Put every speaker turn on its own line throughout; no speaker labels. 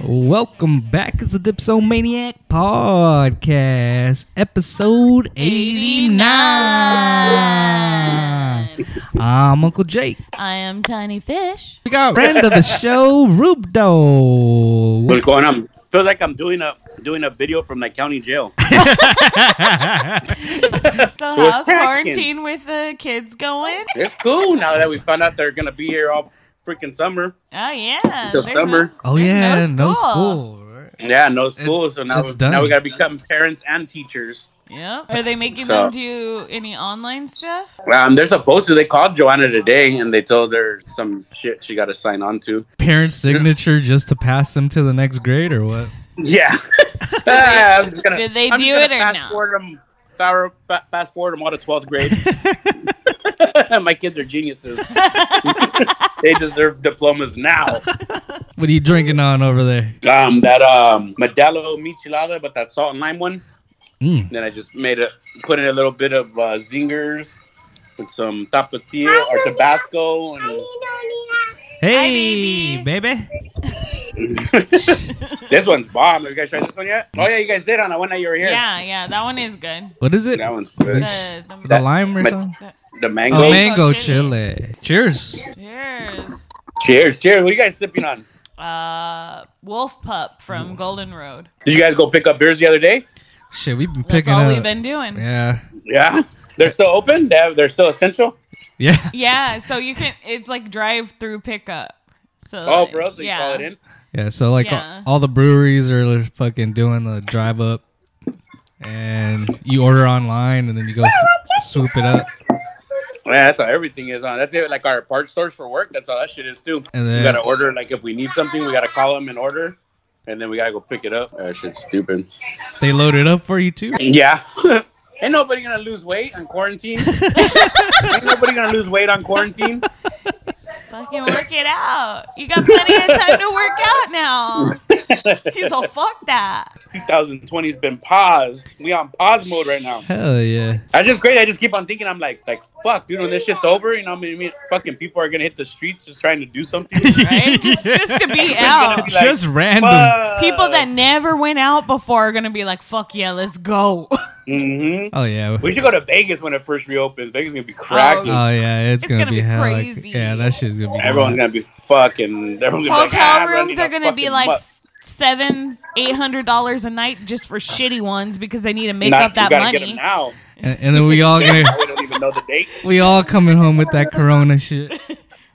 Welcome back to the Dipsomaniac Podcast, episode 89. I'm Uncle Jake.
I am Tiny Fish.
We got friend of the show, Rubdo.
What's going on? Feels like I'm doing a doing a video from my county jail.
So
So it's
how's
cracking.
quarantine with the kids going?
It's cool now that we found out they're gonna be here all freaking summer.
Oh yeah,
Till
there's no-
summer.
Oh,
there's
yeah, no school. right?
Yeah, no school, so now
it's done.
now we gotta become parents and teachers.
Yep. Are they making
So-
them do any online stuff?
Um, they're supposed to. They called Joanna today and they told her some shit she got to sign on to.
Parent signature just to pass them to the next grade or what?
Yeah. Ah, I'm just gonna,
Did they
I'm just
do
gonna
it or
fast
no?
Forward 'em- far- fa- fast forward them all to 12th grade. my kids are geniuses. they deserve diplomas now.
What are you drinking on over there?
Um, that um Modelo Michelada, but that salt and lime one.
Mm.
Then I just made it, put in a little bit of uh, zingers with some tapatio or Tabasco. And
Hey, baby.
this one's bomb. Have you guys tried this one yet? Oh yeah, you guys did on the one that you were here.
Yeah, yeah, that one is good.
What is it?
That one's good.
The, the,
The lime or
But-
something?
The mango.
Oh,
mango
mango
chili.
chili. Cheers.
Cheers.
Cheers, cheers. What are you guys sipping on?
Uh, Wolf Pup from Golden Road.
Did you guys go pick up beers the other day?
Shit, we've been
That's
picking
all
up.
we've been doing.
yeah.
Yeah. They're still open. They have, they're still essential.
Yeah.
Yeah, so you can. It's like drive-through pickup. So
Oh,
like,
bro, so you
yeah.
call it in.
Yeah. So like
Yeah.
all, all the breweries are fucking doing the drive up and you order online and then you go s- swoop it up.
Yeah, that's how everything is on. That's it. Like our part stores for work. That's how that shit is too.
And
We
then
gotta order like if we need something, we gotta call them and order, and then we gotta go pick it up. That shit's stupid.
they load it up for you too.
Yeah. Ain't nobody gonna lose weight on quarantine. Ain't nobody gonna lose weight on quarantine.
Fucking work it out. You got plenty of time to work out now. He's all fuck that.
2020's been paused. We on pause mode right now.
Hell yeah.
I just crazy. I just keep on thinking. I'm like, like fuck, dude. When this shit's over, you know, what I mean, I mean, fucking people are gonna hit the streets just trying to do something.
Right? just just to be
gonna
out.
be like,
Just random.
Fuck.
People that never went out before are gonna be like, fuck yeah, let's go.
Mhm.
Oh yeah.
We should go to Vegas when it first reopens. Vegas is gonna be cracking.
Oh yeah, it's,
It's
gonna,
gonna
be,
be
hell. like-
crazy.
yeah, that shit's gonna be.
Everyone's
wild.
gonna be fucking. Everyone's gonna be like, ah,
Hotel
I'm
rooms
running
are
a
gonna be
fucking
like
buck.
seven, eight hundred dollars a night just for shitty ones because they need to make
Nah,
up
you
that
gotta get 'em
money.
now.
and, and then we all gonna
we don't even know the date.
we all coming home with that corona shit.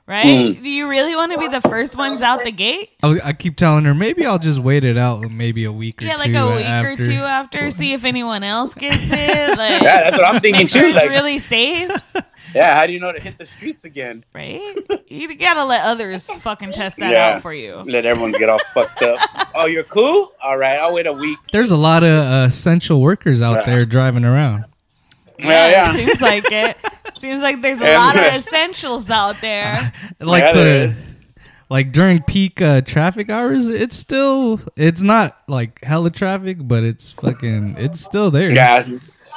Right?
Mm.
Do you really wanna be the first ones out the gate?
I, I keep telling her maybe I'll just wait it out, maybe a week or
Yeah,
two
like a week
after.
or two after, see if anyone else gets it. Like
Yeah, that's what I'm thinking
make sure
too.
it's
Like,
really safe.
yeah, how do you know to hit the streets again?
Right? You gotta let others fucking test that
Yeah.
out for you.
Let everyone get all fucked up. Oh, you're cool. All right, I'll wait a week.
There's a lot of uh, essential workers out there driving around.
Yeah, yeah.
Seems like it. Seems like there's a
Yeah.
lot of essentials out there.
Like
Yeah, there
the
is.
like during peak uh, traffic hours, it's still it's not like hella traffic, but it's fucking it's still there.
Yeah,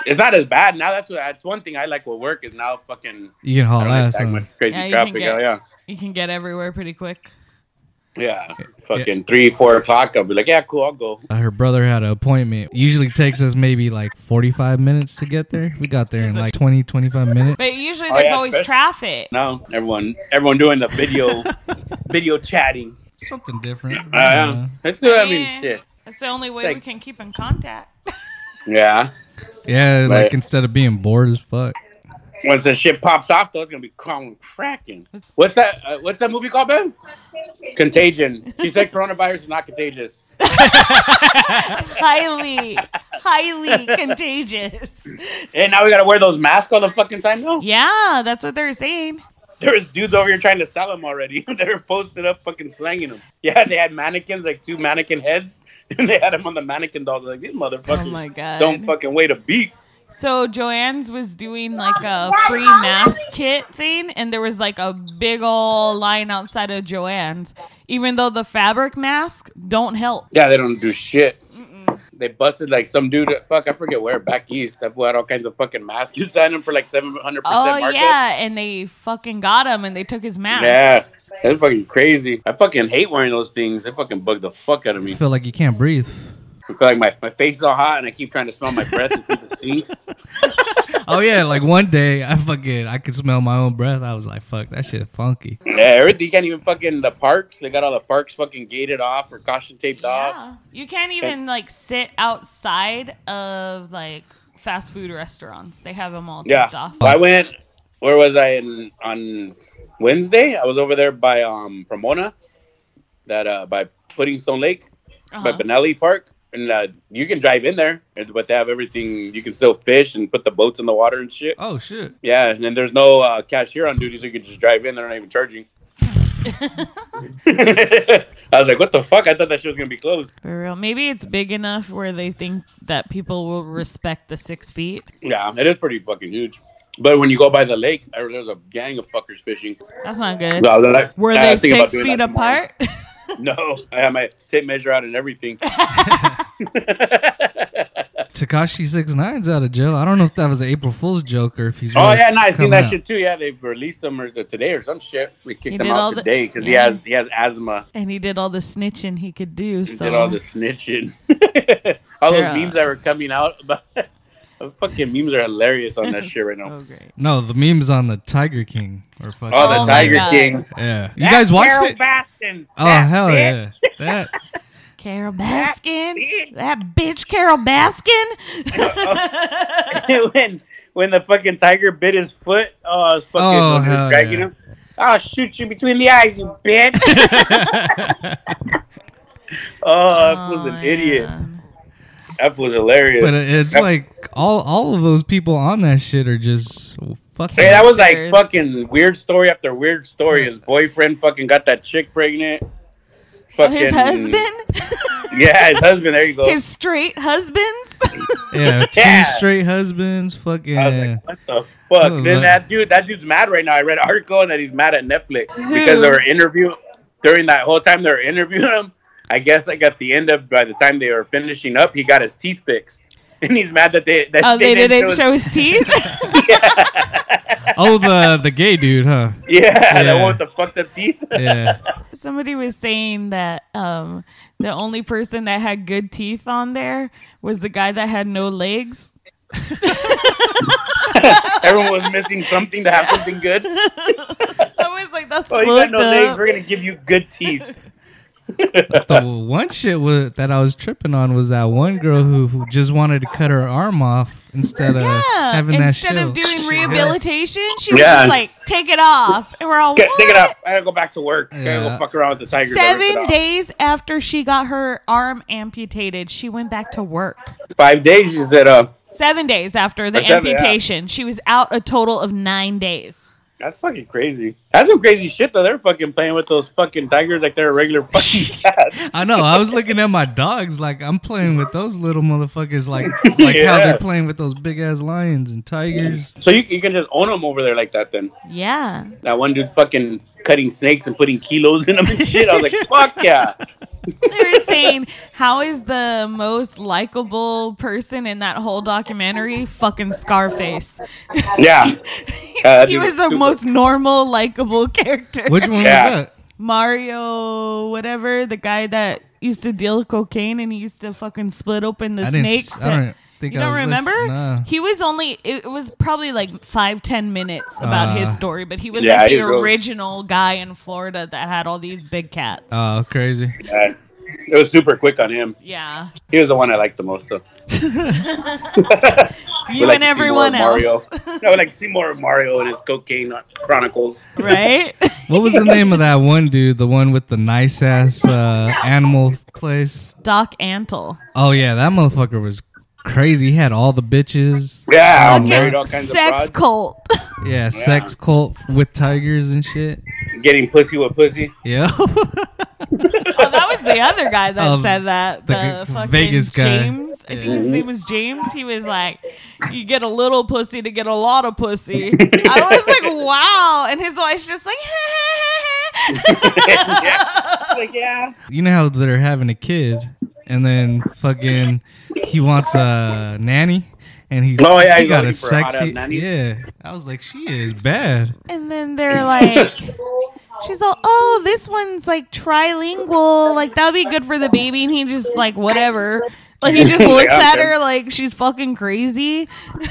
it's not as bad now. That's what, that's one thing I like with work is now fucking.
you can
I
haul
don't have
ass.
that
on
much
it.
crazy
Yeah, you can
traffic.
get-
Oh, yeah.
You can get everywhere pretty quick.
Yeah, fucking three, four o'clock. I'll be like, yeah, cool, I'll go.
Uh, Her brother had an appointment. Usually takes us maybe like 45 minutes to get there. We got there in like 20, 25 minutes.
But usually
Oh,
there's
yeah,
always
especially-
traffic.
No, everyone, everyone doing the video, video chatting.
Something different.
Oh,
Mm-hmm.
yeah, that's good. I mean,
Yeah.
shit.
That's the only way
Like-
we can keep in contact.
Yeah.
yeah, like
Right.
instead of being bored as fuck.
Once the shit pops off, though, it's gonna be calm and cracking. What's that? Uh, what's that movie called, Ben? Contagion. He said coronavirus is not contagious.
highly, highly contagious.
And now we gotta wear those masks all the fucking time. No,
Yeah, that's what they're saying.
there was dudes over here trying to sell them already. they were posting up, fucking slanging them. Yeah, they had mannequins, like two mannequin heads, and they had them on the mannequin dolls. Like these motherfuckers
Oh my god.
don't fucking wait a beat.
So Joanne's was doing like a free mask kit thing, and there was like a big ol' line outside of Joanne's, even though the fabric masks don't help.
Yeah, they don't do shit. They busted like some dude. Fuck, I forget where. Back east, that fool had all kinds of fucking masks. You signed him for like seven hundred
Oh
percent markup.
yeah, and they fucking got him, and they took his mask.
Yeah. That's fucking crazy. I fucking hate wearing those things. They fucking bug the fuck out of
I
me.
feel like you can't breathe.
I feel like my, my face is all hot and I keep trying to smell my breath to see if it stinks.
Oh yeah, like one day I fucking I could smell my own breath. I was like, fuck, that shit funky.
Yeah, everything. You can't even fucking the parks. They got all the parks fucking gated off or caution taped off.
Yeah. You can't even like sit outside of like fast food restaurants. They have them all
Yeah.
taped off.
I went. Where was I in, on Wednesday? I was over there by um Pomona, that uh by Pudding Stone Lake, by
Uh-huh.
Benelli Park, and uh, you can drive in there, and- but they have everything. You can still fish and put the boats in the water and shit.
Oh shit.
Yeah, and then there's no uh, cashier on duty, so you can just drive in. They're not even charging. I was like, what the fuck? I thought that shit was gonna be closed.
For real. Maybe it's big enough where they think that people will respect the six feet.
Yeah, it is pretty fucking huge. But when you go by the lake, there- there's a gang of fuckers fishing.
That's not good.
No, they're like-
Were
I
they
was thinking about
six
doing
feet
that tomorrow.
apart?
No, I had my tape measure out and everything.
Takashi six nine's out of jail. I don't know if that was an April Fool's joke or if he's.
oh
really
yeah, no, I seen
coming
that
out.
shit too. Yeah, they released him or the, today or some shit. We
He
kicked him
did all
out
the-
today because he
yeah.
has he has asthma.
and he did all the snitching he could do.
He
So
did all the snitching. all
Yeah.
those memes that were coming out about. the fucking memes are hilarious on that shit right now.
So great.
No, the memes on the Tiger King or fucking.
Oh, the
Oh my
Tiger
God.
King.
Yeah, you guys watched it? Oh hell yeah! That
Carol Baskin,
bitch.
that bitch Carol Baskin.
when when the fucking tiger bit his foot, oh, it's fucking
Oh,
when he was
hell
dragging
yeah.
him. I'll shoot you between the eyes, you bitch. oh, that was an
Oh,
idiot.
man.
That was hilarious.
But it- it's
That-
like all all of those people on that shit are just fucking.
Hey, that was like
Characters.
fucking weird story after weird story. His boyfriend fucking got that chick pregnant.
Oh,
Fucking
his husband,
Yeah, his husband. There you go.
his straight husbands.
yeah, two
Yeah.
straight husbands. Fucking.
I was like, what the fuck?
Oh,
then
man.
that dude, that dude's mad right now. I read an article that he's mad at Netflix because they were interviewing during that whole time they were interviewing him. I guess like at the end of by the time they were finishing up, he got his teeth fixed, and he's mad that they that
Oh, they didn't
his-
show his teeth.
oh, the the gay dude, huh?
Yeah, that
Yeah.
one with the fucked up teeth.
Yeah.
Somebody was saying that um, the only person that had good teeth on there was the guy that had no legs.
Everyone was missing something to have something good.
I was like, that's
Oh, you got
fucked
no
up.
legs. We're gonna give you good teeth.
The one shit was, that I was tripping on was that one girl who, who just wanted to cut her arm off instead of
yeah.
having that shit.
Instead of doing rehabilitation, she was
Yeah.
just like, take it off. And we're all
Okay, take it
"What?"
off. I gotta go back to work. I gotta
Yeah.
go fuck around with the tigers. I ripped it
Seven
off.
days after she got her arm amputated, she went back to work.
Five days. She said, "Uh,
Seven days after the
Or seven, yeah.
amputation, she was out a total of nine days.
That's fucking crazy. That's some crazy shit though. They're fucking playing with those fucking tigers like they're regular fucking cats.
I know. I was looking at my dogs like I'm playing with those little motherfuckers, like like how
Yeah.
they're playing with those big ass lions and tigers.
So you, you can just own them over there like that then.
Yeah.
That one dude fucking cutting snakes and putting kilos in them and shit. I was like, fuck yeah.
they were saying how is the most likable person in that whole documentary fucking Scarface?
Yeah. Uh,
he
dude
was the
stupid.
most normal, likable character.
Which one
Yeah.
was that?
Mario, whatever, the guy that used to deal cocaine and he used to fucking split open the
I didn't.
snakes.
s- I don't think
you
I
don't
was
remember?
listening. Nah.
He was only it was probably like five, ten minutes about his
Uh,
story, but he was
Yeah,
like the
he was-
original guy in Florida that had all these big cats.
Oh, crazy.
Yeah. It was super quick on him.
Yeah.
He was the one I liked the most though.
You
We'd like
and
to see more
everyone
of Mario.
else.
I would like to see more of Mario and his cocaine chronicles.
right?
What was the name of that one dude? The one with the nice ass uh, animal place?
Doc Antle.
Oh yeah, that motherfucker was crazy. He had all the bitches.
Yeah,
Fucking
married all kinds of
Sex
broads,
cult.
Yeah, sex cult with tigers and shit.
getting pussy with pussy.
Yeah.
oh, that was the other guy that
Um,
said that.
the
The,
g-
fucking
Vegas guy.
James. I think his name was James. He was like, "You get a little pussy to get a lot of pussy." I was like, "Wow!" And his wife's just like,
Yeah. Like, yeah.
you know how they're having a kid and then fucking he wants a nanny and he's
Oh, yeah,
he
he's
got a
looking for a hot-ass
sexy
nanny.
yeah. I was like, she is bad.
and then they're like, She's all, oh, this one's like trilingual. Like that would be good for the baby. And he just like whatever. Like he just
Yeah,
looks at
okay.
her like she's fucking crazy,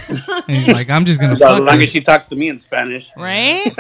And he's like, I'm just gonna
So as
fuck
long
her.
as she talks to me in Spanish.
right?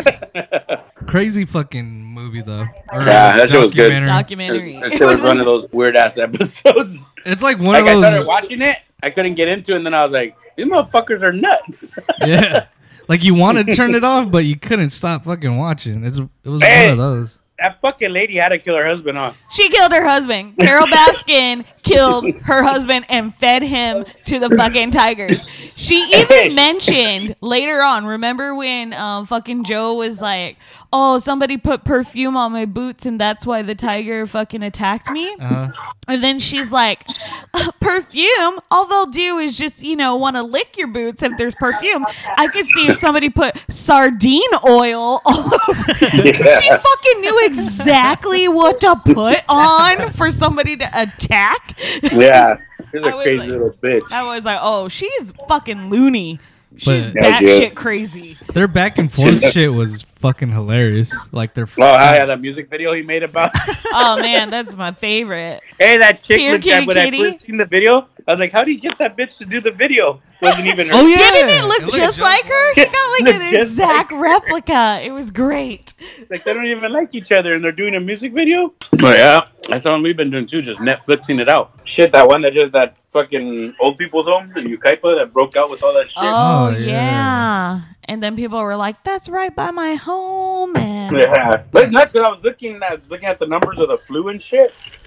Crazy fucking movie though. Or uh,
Yeah, that shit was good.
documentary.
Documentary.
It it was one of those weird ass episodes.
It's like one
Like I
of
started
those.
watching it, I couldn't get into, it, and then I was like, "These motherfuckers are nuts."
Yeah. Like you want to turn it off, but you couldn't stop fucking watching. It's, it was
Hey.
one of those.
that fucking lady had to kill her husband, huh?
She killed her husband. Carol Baskin killed her husband and fed him to the fucking tigers. She even mentioned later on. Remember when um, fucking Joe was like, "Oh, somebody put perfume on my boots, and that's why the tiger fucking attacked me."
Uh,
And then she's like, "Uh, "Perfume? All they'll do is just you know want to lick your boots if there's perfume." I could see if somebody put sardine oil all over she fucking knew exactly what to put on for somebody to attack.
yeah, she's
I
a
was
crazy
like-
little bitch.
I was like, oh, she's fucking loony. She's
But-
Yeah,
batshit
yeah.
crazy.
their back and forth shit was fucking hilarious. Like their
Oh, I had that music video he made about.
Oh man, that's my favorite.
hey, that chick
Here,
with that.
kitty,
When
kitty.
I first seen the video, I was like, "How do you get that bitch to do the video?" Wasn't even her.
Oh yeah,
Didn't it look just like her? He got like
Looked
an
just
exact
like
replica. It was great.
Like they don't even like each other, and they're doing a music video. But Oh, yeah, that's all we've been doing too, just Netflixing it out. Shit, that one that just that fucking old people's home in Ukaipa that broke out with all that shit.
Oh,
Oh,
yeah.
yeah.
And then people were like, that's right by my home. And
Yeah, but it's not because I was looking at looking at the numbers of the flu and shit.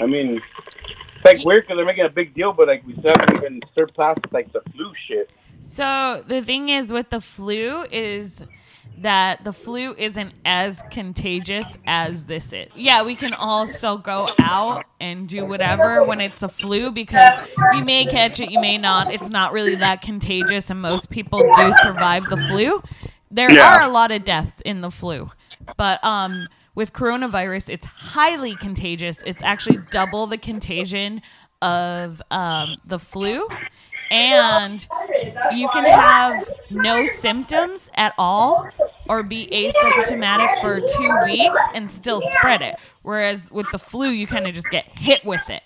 I mean, it's like weird because they're making a big deal, but like we still haven't even surpassed like the flu shit.
So the thing is with the flu is that the flu isn't as contagious as this is. Yeah, we can all still go out and do whatever when it's a flu because you may catch it, you may not. It's not really that contagious and most people do survive the flu. There
Yeah.
are a lot of deaths in the flu. But um with coronavirus, it's highly contagious. It's actually double the contagion of um, the flu. And you can have no symptoms at all or be asymptomatic for two weeks and still spread it. Whereas with the flu, you kind of just get hit with it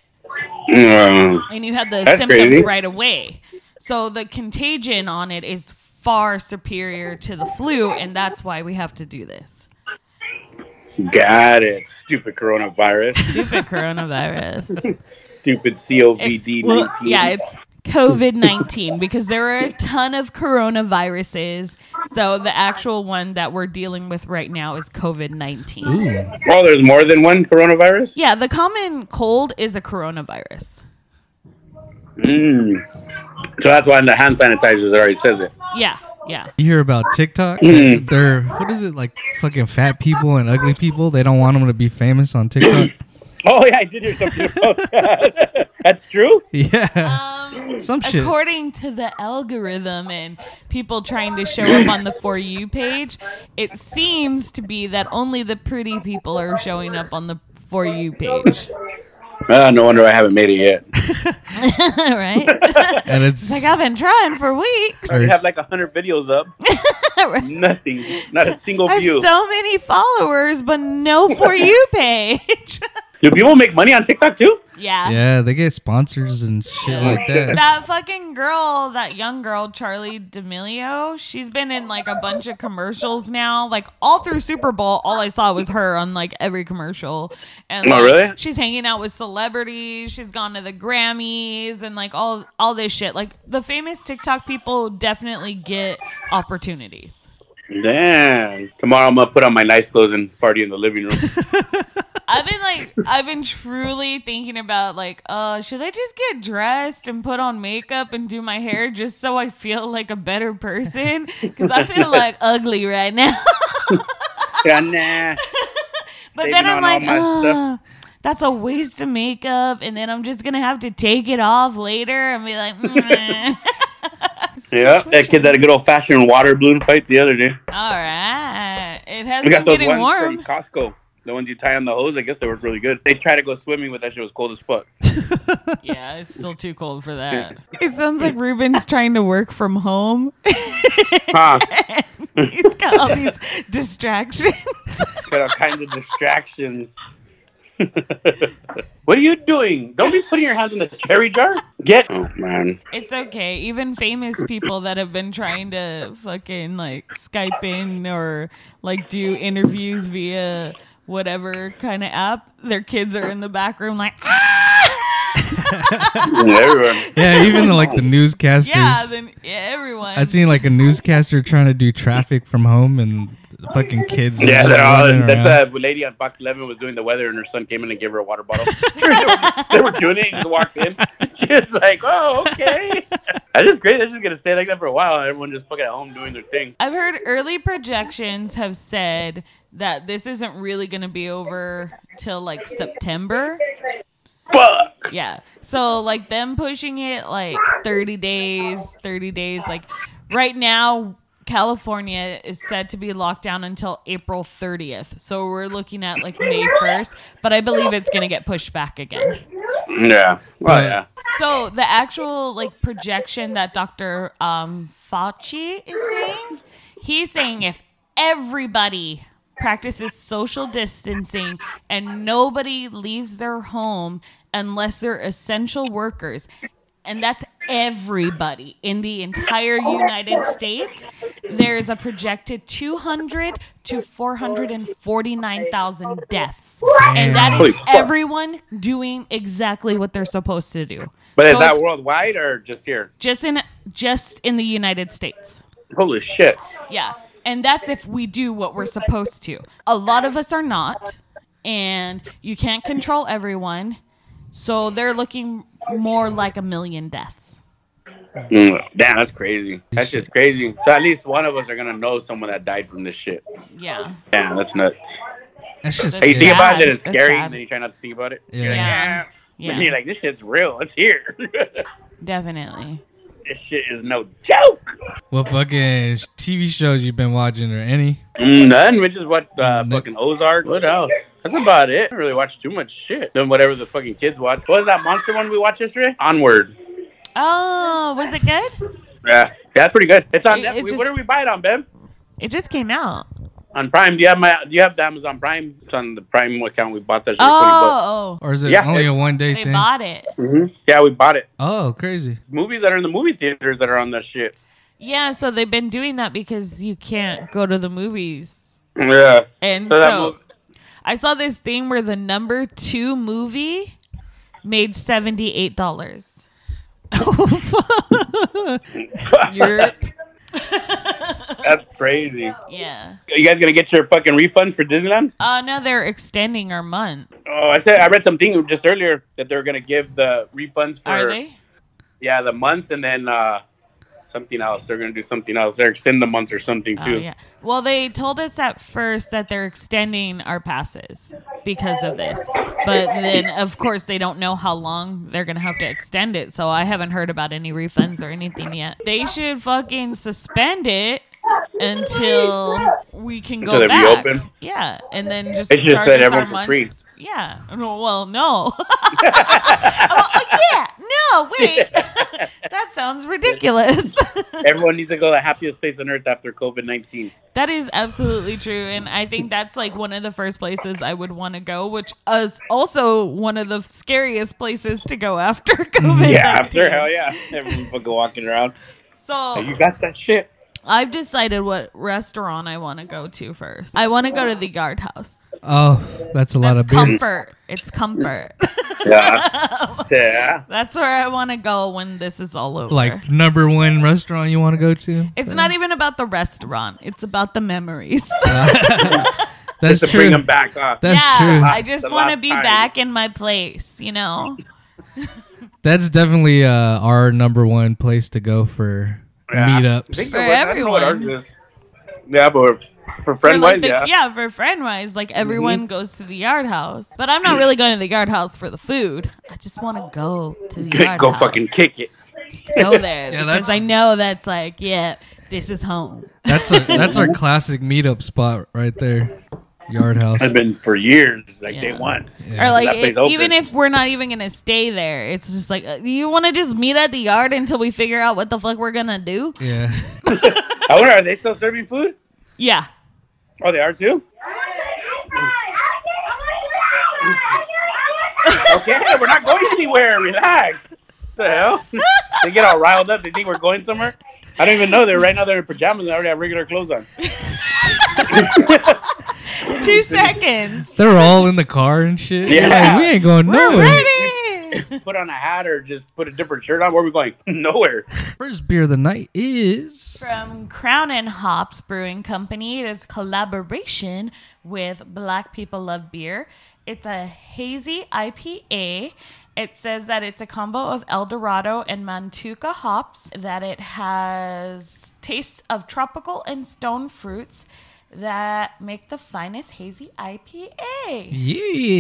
Mm,
and you had the
That's
symptoms
crazy.
right away. So the contagion on it is far superior to the flu, and that's why we have to do this.
Got it. Stupid coronavirus.
Stupid coronavirus.
Stupid COVID
Well,
nineteen.
yeah, it's COVID 19 because there are a ton of coronaviruses. So the actual one that we're dealing with right now is COVID 19.
Ooh.
oh, there's more than one coronavirus.
Yeah, the common cold is a coronavirus.
Mm. So that's why the hand sanitizer already says it.
Yeah, yeah.
You hear about TikTok?
Mm.
They're what is it like? Fucking fat people and ugly people. They don't want them to be famous on TikTok.
Oh yeah, I did hear something about that. that's true.
yeah,
Um,
some shit.
according to the algorithm and people trying to show up on the for you page it seems to be that only the pretty people are showing up on the for you page
Ah, no wonder I haven't made it yet.
right
and it's
like i've been trying for weeks
I have like hundred videos up.
Right?
Nothing. Not a single
i have
view.
so many followers but no for you page
Do people make money on TikTok too?
yeah
yeah, they get sponsors and
Oh,
shit like that.
that fucking girl, that young girl, Charlie D'Amelio, she's been in like a bunch of commercials now. Like all through Super Bowl, all I saw was her on like every commercial. And
Oh,
like,
really?
She's hanging out with celebrities. She's gone to the Grammys and like all all this shit. Like the famous TikTok people definitely get opportunities.
Damn. Tomorrow I'm gonna put on my nice clothes and party in the living room.
I've been like, I've been truly thinking about like, uh, should I just get dressed and put on makeup and do my hair just so I feel like a better person? Because I feel like ugly right now.
yeah, nah.
but
Saving
then I'm
on all
like,
my
uh, that's a waste of makeup, and then I'm just gonna have to take it off later and be like, mm.
Yeah, that kid's had a good old fashioned water balloon fight the other day.
all right, it
I
has
got
been
those
getting
ones
warm.
from Costco. The ones you tie on the hose, I guess they work really good. They tried to go swimming with that shit, it was cold as fuck.
Yeah, it's still too cold for that. It sounds like Ruben's trying to work from home.
Huh.
He's got all these distractions.
Got all kinds of distractions. what are you doing? Don't be putting your hands in the cherry jar. Get. Oh man.
It's okay. Even famous people that have been trying to fucking like Skype in or like do interviews via whatever kind of app, their kids are in the back room like, ah!
Everyone.
Yeah, even the, like the newscasters.
yeah, then yeah, everyone.
I seen like a newscaster trying to do traffic from home and the fucking kids.
Yeah,
are
they're all.
running
That's
around.
uh, lady on box eleven was doing the weather, and her son came in and gave her a water bottle. they, were, they were doing it. He just walked in. She was like, "Oh, okay." That is great. They're just gonna stay like that for a while. Everyone just fucking at home doing their thing.
I've heard early projections have said that this isn't really going to be over till like September.
Fuck.
Yeah. So like them pushing it like 30 days, 30 days like right now California is said to be locked down until April 30th. So we're looking at like May 1st, but I believe it's going to get pushed back again.
Yeah. Well, yeah.
So the actual like projection that Dr. Um, Fauci is saying, he's saying if everybody practices social distancing and nobody leaves their home unless they're essential workers, and that's everybody in the entire United States, there's a projected 200 to 449,000 deaths. And that
Holy
is
fuck.
everyone doing exactly what they're supposed to do.
But is
So
that
it's
worldwide or just here?
just in just in the United States?
Holy shit.
Yeah. And that's if we do what we're supposed to. A lot of us are not, and you can't control everyone. So they're looking more like a million deaths.
Mm, Damn, that's crazy. That shit's crazy. So at least one of us are gonna know someone that died from this shit.
Yeah.
Damn, that's nuts.
That's just
So you
That's
think
yeah.
about it,
sad.
then it's
That's
scary,
sad.
and then you try not to think about it.
Yeah.
You're like,
Yeah.
yeah.
Yeah.
And you're like, this shit's real. It's here.
Definitely.
this shit is no joke.
What fucking sh- TV shows you been watching or any?
Mm, None, which is what uh,
Mm,
fucking Ozark. What else? That's about it. I didn't really watch too much shit. Then whatever the fucking kids watch. What was that monster one we watched yesterday? Onward.
Oh, was it good?
Yeah, that's pretty good. It's on
It- it
Netflix.
just-
What are we buy it on, Beb?
It just came out.
On Prime. Do you have my? Do you have the Amazon Prime? It's on the Prime account. We bought that shit. for 20 bucks.
Oh, oh.
Or is it
Yeah.
only a one day
They
thing?
bought it.
Mhm. Yeah, we bought it.
Oh, crazy.
Movies that are in the movie theaters that are on that shit.
Yeah, so they've been doing that because you can't go to the movies.
Yeah.
And
So that
so
movie-
I saw this thing where the number two movie made seventy eight dollars. Europe.
That's crazy.
Yeah.
Are you guys gonna get your fucking refunds for Disneyland?
Uh no, they're extending our month.
Oh, I said I read something just earlier that they're gonna give the refunds for
Are they?
yeah the months and then uh, something else. They're gonna do something else. They're extend the months or something
Oh
too.
yeah. Well, they told us at first that they're extending our passes because of this, but then of course they don't know how long they're gonna have to extend it. So I haven't heard about any refunds or anything yet. They should fucking suspend it until we can go
Until they
back.
reopen?
Yeah, and then just
They should just
charge
let
us our
everyone for free.
months. Yeah. No, Well, no. Well, uh, yeah. No, wait. that sounds ridiculous.
Everyone needs to go to the happiest place on earth after COVID nineteen.
That is absolutely true, and I think that's like one of the first places I would want to go, which is also one of the scariest places to go after COVID.
Yeah, after hell yeah, everyone fucking walking around. Hey,
So
you got that shit.
I've decided what restaurant I want to go to first. I want to go to the Yard House.
Oh, that's a lot
That's
of beer.
comfort. It's comfort.
Yeah, yeah.
that's where I want to go when this is all over.
Like number one restaurant you want to go to?
it's not even about the restaurant; it's about the memories.
That's
Just to
true.
bring them back up.
That's
yeah,
true.
I just
The
want to
last
be
time.
back in my place. You know.
That's definitely uh, our number one place to go for
I think
meetups.
so,
For
but I don't know what
everyone.
ours is. Yeah, but for friend
For, like,
wise,
the-
yeah. Mm-hmm.
for friend wise, like everyone goes to the yard house. But I'm not really going to the yard house for the food. I just want to go to the yard
go
house.
fucking kick it.
go there
Yeah,
because
that's-
I know that's like yeah, this is home.
That's a, that's our classic meetup spot right there. Yard house.
I've been for years, like day
Yeah.
one.
Yeah.
Or
That
like
place
it- even
open.
if we're not even gonna stay there, it's just like uh, you want to just meet at the yard until we figure out what the fuck we're gonna do.
Yeah.
I wonder, are they still serving food?
Yeah,
Oh, they are too. okay, we're not going anywhere. Relax. What the hell? they get all riled up. They think we're going somewhere. I don't even know. They're right now. They're in pajamas. They already have regular clothes on.
Two seconds.
They're all in the car and shit.
Yeah.
Like, we ain't going
We're
nowhere.
ready.
Put on a hat or just put a different shirt on. Where are we going? Nowhere.
First beer of the night is
From Crown and Hops Brewing Company, it is collaboration with Black People Love Beer. It's a hazy IPA. It says that it's a combo of El Dorado and Mantuca hops, that it has tastes of tropical and stone fruits that make the finest hazy IPA.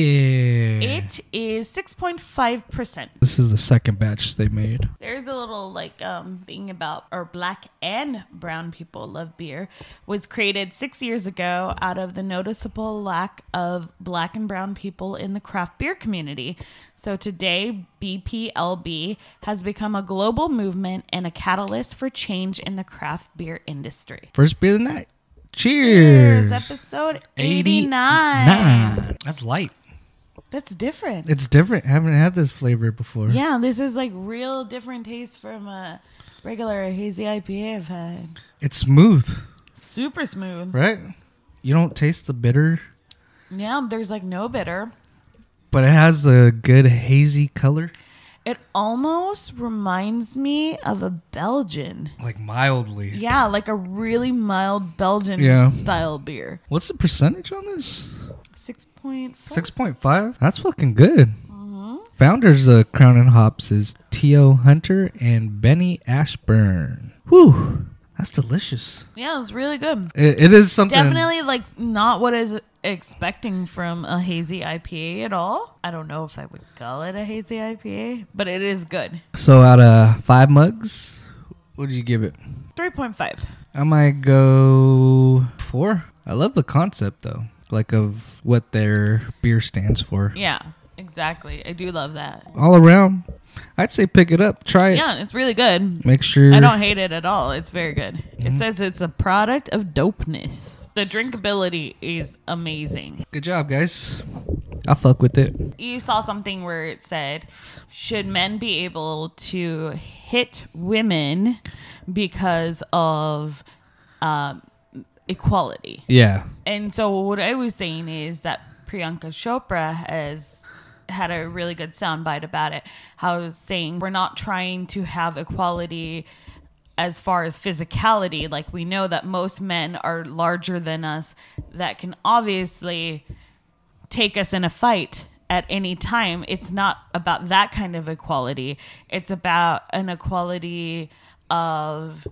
yeah.
It is 6.5%.
This is the second batch they made.
There's a little like um thing about or black and brown people love beer was created six years ago out of the noticeable lack of black and brown people in the craft beer community. So today BPLB has become a global movement and a catalyst for change in the craft beer industry.
First beer of the night.
Here's
Cheers.
episode 89.
89. That's light.
That's different.
It's different. Haven't had this flavor before.
yeah, this is like real different taste from a regular hazy IPA I've had.
It's smooth,
Super smooth.
right? You don't taste the bitter,
Yeah, there's like no bitter.
but it has a good hazy color,
It almost reminds me of a Belgian.
like mildly.
Yeah, like a really mild Belgian
Yeah.
style beer.
What's the percentage on this?
Six point four. Mm-hmm.
Six point five. That's fucking good. Founders of Crown and Hops is T.O. Hunter and Benny Ashburn. Whew, that's delicious.
Yeah, it's really good.
It, it is something.
Definitely like not what I was expecting from a hazy IPA at all. I don't know if I would call it a hazy IPA, but it is good.
So out of five mugs, what would you give it?
Three point five.
I might go four. I love the concept though, like of what their beer stands for.
Yeah, exactly. I do love that.
All around, I'd say pick it up, try it,
Yeah, it's really good.
make sure.
I don't hate it at all. It's very good. It says it's a product of dopeness. The drinkability is amazing.
Good job, guys. I fuck with it.
You saw something where it said, should men be able to hit women because of um, equality?
Yeah,
And so what I was saying is that Priyanka Chopra has had a really good soundbite about it. How it was saying we're not trying to have equality as far as physicality. Like we know that most men are larger than us that can obviously take us in a fight at any time. It's not about that kind of equality. It's about an equality of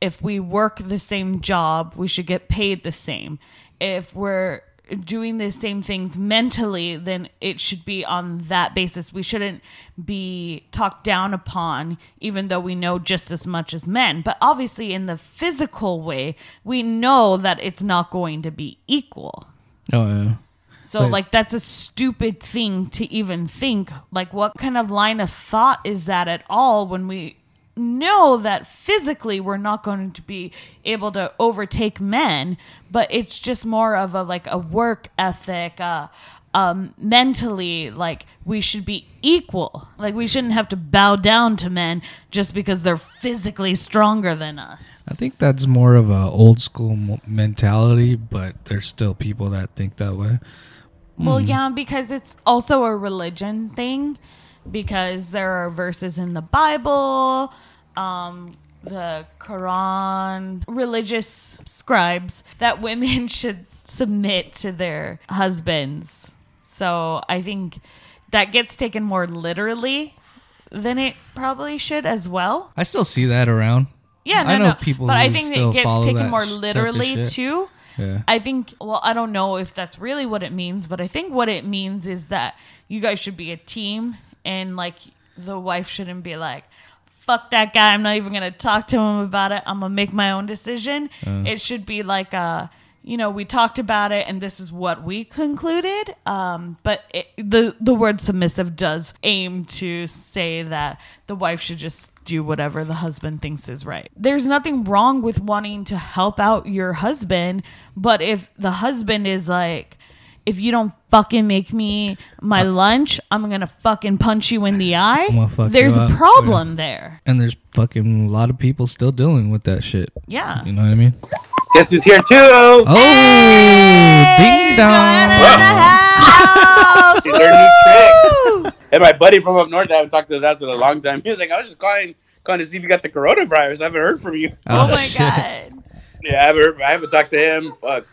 if we work the same job, we should get paid the same. If we're doing the same things mentally, then it should be on that basis. We shouldn't be talked down upon, even though we know just as much as men. But obviously, in the physical way, we know that it's not going to be equal.
Oh yeah.
So
Right.
like that's a stupid thing to even think. Like what kind of line of thought is that at all when we know that physically we're not going to be able to overtake men, but it's just more of a like a work ethic uh um mentally like we should be equal. Like we shouldn't have to bow down to men just because they're physically stronger than us.
I think that's more of a old school mo- mentality, but there's still people that think that way.
Well,
Hmm.
yeah, because it's also a religion thing, because there are verses in the Bible, um, the Quran, religious scribes that women should submit to their husbands. So I think that gets taken more literally than it probably should as well.
I still see that around.
Yeah, no,
I know
no.
people
but
who
I think
still
it gets
follow
taken
that
more
sh- type of
literally
shit.
too.
Yeah.
I think. Well, I don't know if that's really what it means, but I think what it means is that you guys should be a team, and like the wife shouldn't be like, "Fuck that guy! I'm not even gonna talk to him about it. I'm gonna make my own decision." It should be like a. You know, we talked about it, and this is what we concluded. Um, but it, the the word submissive does aim to say that the wife should just do whatever the husband thinks is right. There's nothing wrong with wanting to help out your husband, but if the husband is like, if you don't fucking make me my lunch, I'm gonna fucking punch you in the eye.
Uh, gonna fuck you
There's a
up.
problem there.
And there's fucking a lot of people still dealing with that shit.
Yeah.
You know what I mean?
Guess who's here too?
Oh, ding
Joanna in the
dong.
house.
She learned new trick.
Woo!
And my buddy from up north, I haven't talked to his ass in a long time. He was like, I was just calling, calling to see if you got the coronavirus. I haven't heard from you.
Oh, my
shit.
god.
Yeah, I haven't, heard, I haven't talked to him. Fuck,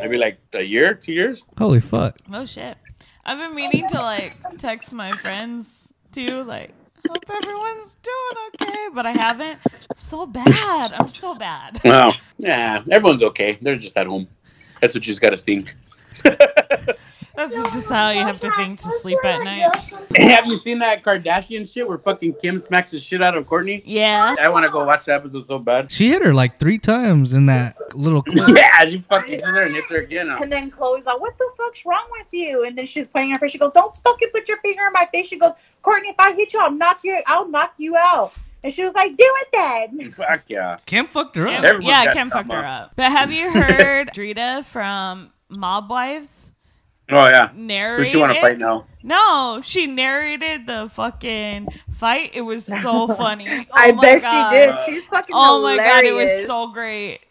maybe like a year, two years.
Holy fuck.
Oh shit. I've been meaning to like text my friends too, like hope everyone's doing okay, but I haven't. So bad. I'm so bad.
Wow. Yeah, everyone's okay. They're just at home. That's what you just got to think.
That's just how you have to think to sleep at night.
Have you seen that Kardashian shit where fucking Kim smacks the shit out of Courtney?
Yeah.
I want to go watch that episode so bad.
She hit her like three times in that little clip.
yeah, she fucking sits there and hits her again. huh?
And then Chloe's like, "What the fuck's wrong with you?" And then she's pointing at her face. She goes, "Don't fucking put your finger in my face." She goes, "Courtney, if I hit you, I'll knock you. I'll knock you out." And she was like, "Do it then."
Fuck yeah.
Kim fucked her up.
Everyone
yeah,
got
Kim
some
fucked her
off.
up. But have you heard Drita from Mob Wives
Oh, yeah. Who
narrated?
she want to fight now?
No, she narrated the fucking fight. It was so funny. Oh
I
my
bet
God.
she did. She's fucking
Oh my god, it was
hilarious.
so great.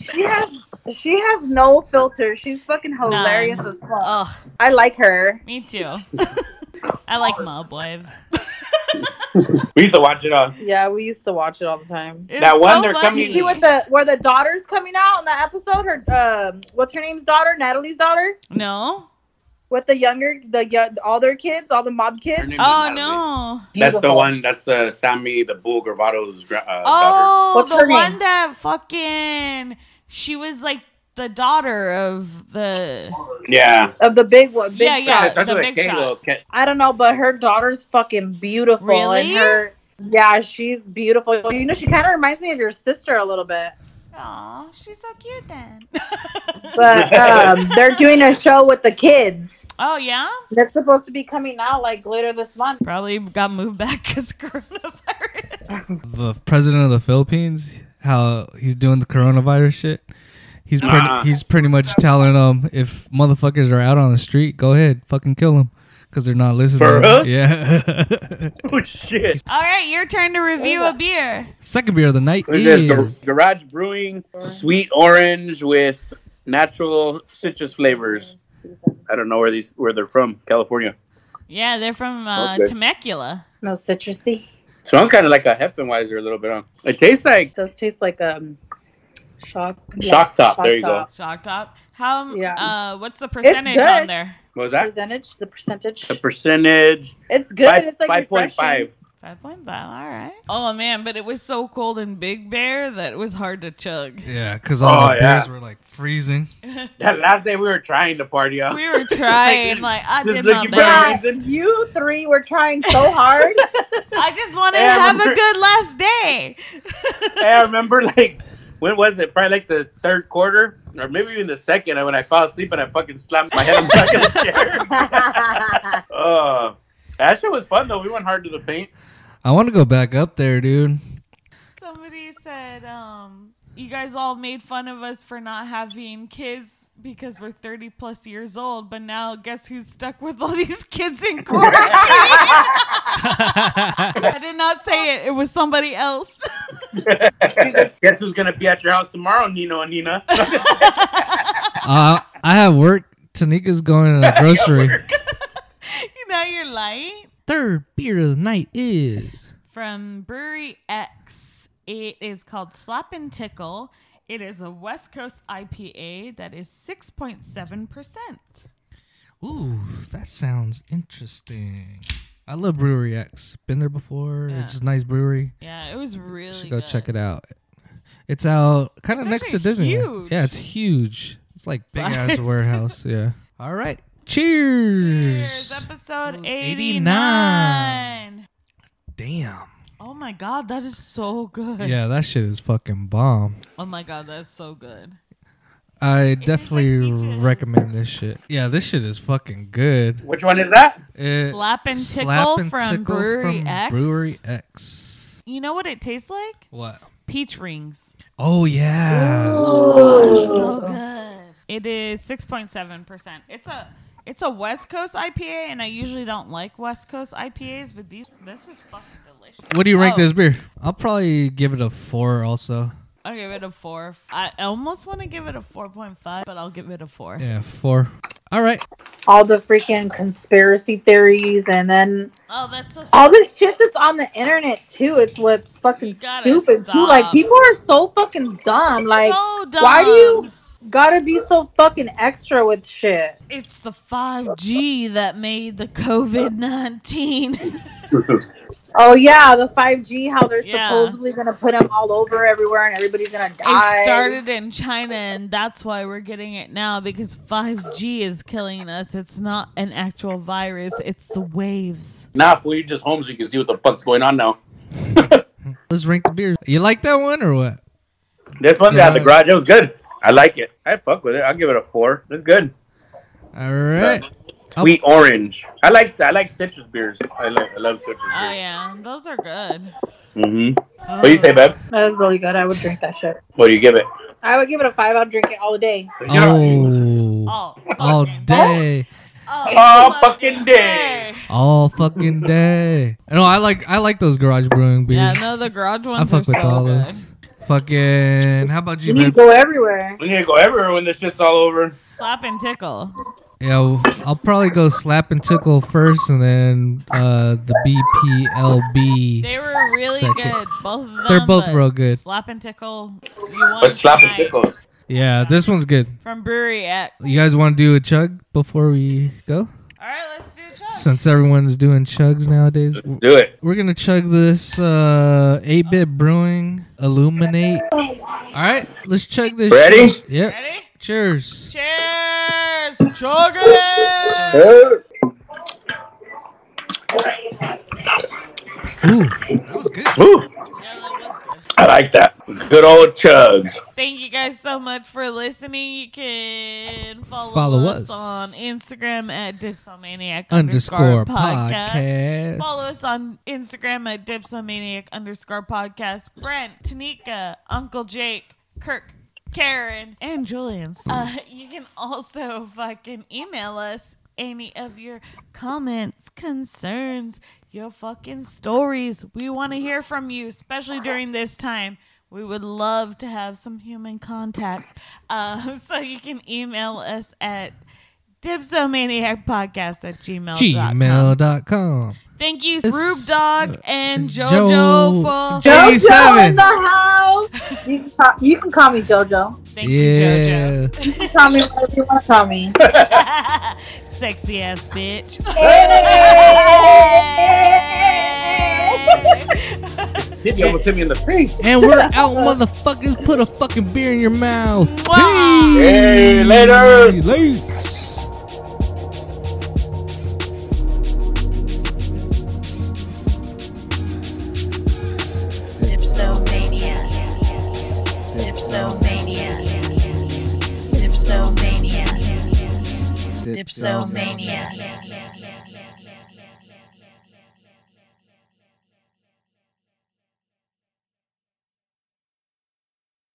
She has she has no filter. She's fucking hilarious
None. Oh.
as fuck.
Ugh,
I like her.
me too. I like Mob Wives.
We used to watch it on.
Yeah, we used to watch it all the time.
It's
That one
so
they're
funny.
coming-
See what the where the daughter's coming out in that episode? Her um, what's her name's daughter? Natalie's daughter
No.
with the younger the young, all their kids, all the mob
Her
kids.
name was
Oh
Natalie.
no.
That's the
Beautiful.
one. That's the Sammy the Bull Gravato's gra- uh, daughter.
Oh,
What's
the
her name?
one that fucking she was like the daughter of the
Yeah.
of the big one, big
Yeah, yeah.
shot.
I talked
the
to
big
kid,
shot.
little kid.
I don't know, but her daughter's fucking beautiful,
Really?
and her yeah, she's beautiful. You know, she kind of reminds me of your sister a little bit.
Aw, she's so cute then.
But um, they're doing a show with the kids
oh yeah,
that's supposed to be coming out like later this month.
probably got moved back because coronavirus.
The president of the Philippines, how he's doing the coronavirus shit. He's pretty,
Ah.
he's pretty much telling them if motherfuckers are out on the street, go ahead, fucking kill them, because they're not listening.
For real?
Yeah.
Oh shit!
All right, your turn to review a beer.
Second beer of the night
This
is
is gar- Garage Brewing Sweet Orange with natural citrus flavors. I don't know where these where they're from. California.
Yeah, they're from uh,
Okay.
Temecula.
No citrusy.
Smells kind of like a Heffenweiser a little bit. Huh? It tastes like
does taste like um shock
Shock top, there you go.
Shock top. How?
Yeah.
Uh, what's the percentage
good.
on there?
what was that?
Percentage, the percentage.
The percentage
It's good.
five-
it's like
five point five.
Five point five. All right. Oh man, but it was so cold in Big Bear that it was hard to chug.
yeah, because all
Oh,
the
yeah.
beers were like freezing.
That last day we were trying to party out.
We were trying. Like I
Just
did my
looking for a
best.
Yes,
reason.
you three were trying so hard.
I just wanted to
Yeah,
have a
we're-
good last day.
I remember like when was it? Probably like the third quarter, or maybe even the second. And when I fell asleep and I fucking slammed my head on the back of the chair. uh, that shit was fun though. We went hard to the paint.
I want to go back up there, dude.
Somebody said, um, you guys all made fun of us for not having kids because we're 30 plus years old, but now guess who's stuck with all these kids in court? I did not say it. It was somebody else.
Guess who's gonna be at your house tomorrow, Nino and Nina?
uh, I have work. Tanika's going to the grocery.
you know, you're lying.
Third beer of the night is
From Brewery X, it is called Slap and Tickle. It is a West Coast IPA that is 6.7%.
Ooh, that sounds interesting. I love Brewery X. Been there before.
Yeah.
It's a nice brewery.
Yeah, it was really.
You should go
good.
check it out. It's out kind of
It's
next to
actually
Disney.
huge.
Yeah, it's huge. It's like big ass
Nice.
warehouse. Yeah. All right. Cheers.
Here's episode
Ooh,
89.
Damn.
Oh my god, that is so good.
Yeah, that shit is fucking bomb.
Oh my god, that's so good.
I
like
definitely
peaches.
recommend this shit. Yeah, this shit is fucking good.
Which one is that?
It-
Slap and tickle from
Tickle
Brewery
from
X.
Brewery X.
You know what it tastes like?
What?
Peach rings.
Oh yeah.
Oh, so good. It is six point seven percent. It's a it's a West Coast IPA, and I usually don't like West Coast IPAs, but these this is fucking delicious.
What do you rank
Oh,
this beer? I'll probably give it a four. Also,
I'll give it a four. I almost want to give it a four point five, but I'll give it a four.
yeah, four. All right.
All the freaking conspiracy theories and then
Oh, that's so.
all this shit that's on the internet too. It's what's fucking
gotta
stupid too.
stop.
Like people are so fucking dumb. Like
so dumb.
why do you gotta be so fucking extra with shit?
It's the five G that made the COVID nineteen.
Oh yeah, the five G. How they're
Yeah.
supposedly gonna put them all over everywhere, and everybody's gonna die.
It started in China, and that's why we're getting it now because 5G is killing us. It's not an actual virus, it's the waves.
Nah, fool, you're just home so you can see what the fuck's going on now.
Let's rank the beers. You like that one or what?
This one out of the
Yeah.
garage, it was good. I like it. I fuck with it. I'll give it a four. It's good.
All right.
Sweet orange. I like I like citrus beers. I like I love citrus
Oh,
beers.
yeah, those are good.
Mm-hmm. What do you say, babe?
That was really good. I would drink that shit.
What do you give it?
I would give it a five. I'd drink it all day.
Oh,
Oh,
all
fucking-
day,
Oh,
All fucking day.
all fucking day. No, I like I like those garage brewing beers.
Yeah, no, the garage
I
ones are
fuck with
so
all
good.
those. Fucking. How about you,
You can
man?
go everywhere.
We need to go everywhere when this shit's all over.
Slap and tickle.
Yeah, w- I'll probably go slap and tickle first, and then uh the BPLB.
They were really
second.
good. Both of them.
They're both
but
real good.
Slap and tickle. You won
But slap and
tonight
pickles.
Yeah, this one's good.
From Brewery X.
You guys want to do a chug before we go?
All right, let's do a chug.
Since everyone's doing chugs nowadays,
Let's do it.
we're gonna chug this uh 8-bit brewing illuminate. All right, let's chug this.
Ready?
shit. Yeah.
Ready?
Cheers.
Cheers! Chug it!
Ooh, that was good.
Ooh, I like that. Good old chugs.
Thank you guys so much for listening. You can follow,
Follow us.
us, on Instagram at dipsomaniac
Underscore
underscore podcast.
podcast.
Follow us on Instagram at dipsomaniac underscore podcast. Brent, Tanika, Uncle Jake, Kirk, Karen, and Julian. Uh, you can also fucking email us any of your comments, concerns, your fucking stories. We want to hear from you, especially during this time. We would love to have some human contact. Uh, so you can email us at dipsomaniacpodcast at gmail.com.
Gmail.com.
Thank you,
It's- uh,
Rube Dog and
it's
JoJo
Jo-
for.
Jo-
JoJo
87.
in the house. You can, call, you can call me JoJo.
Thank you,
You can call me whatever you want to call me.
JoJo. Sexy ass bitch.
Did you almost hit me in the face?
And we're out, motherfuckers. Put a fucking beer in your mouth.
Mwah.
Hey, later.
Later.
Dipsomania. Dipsomania. Dipsomania. Dipsomania.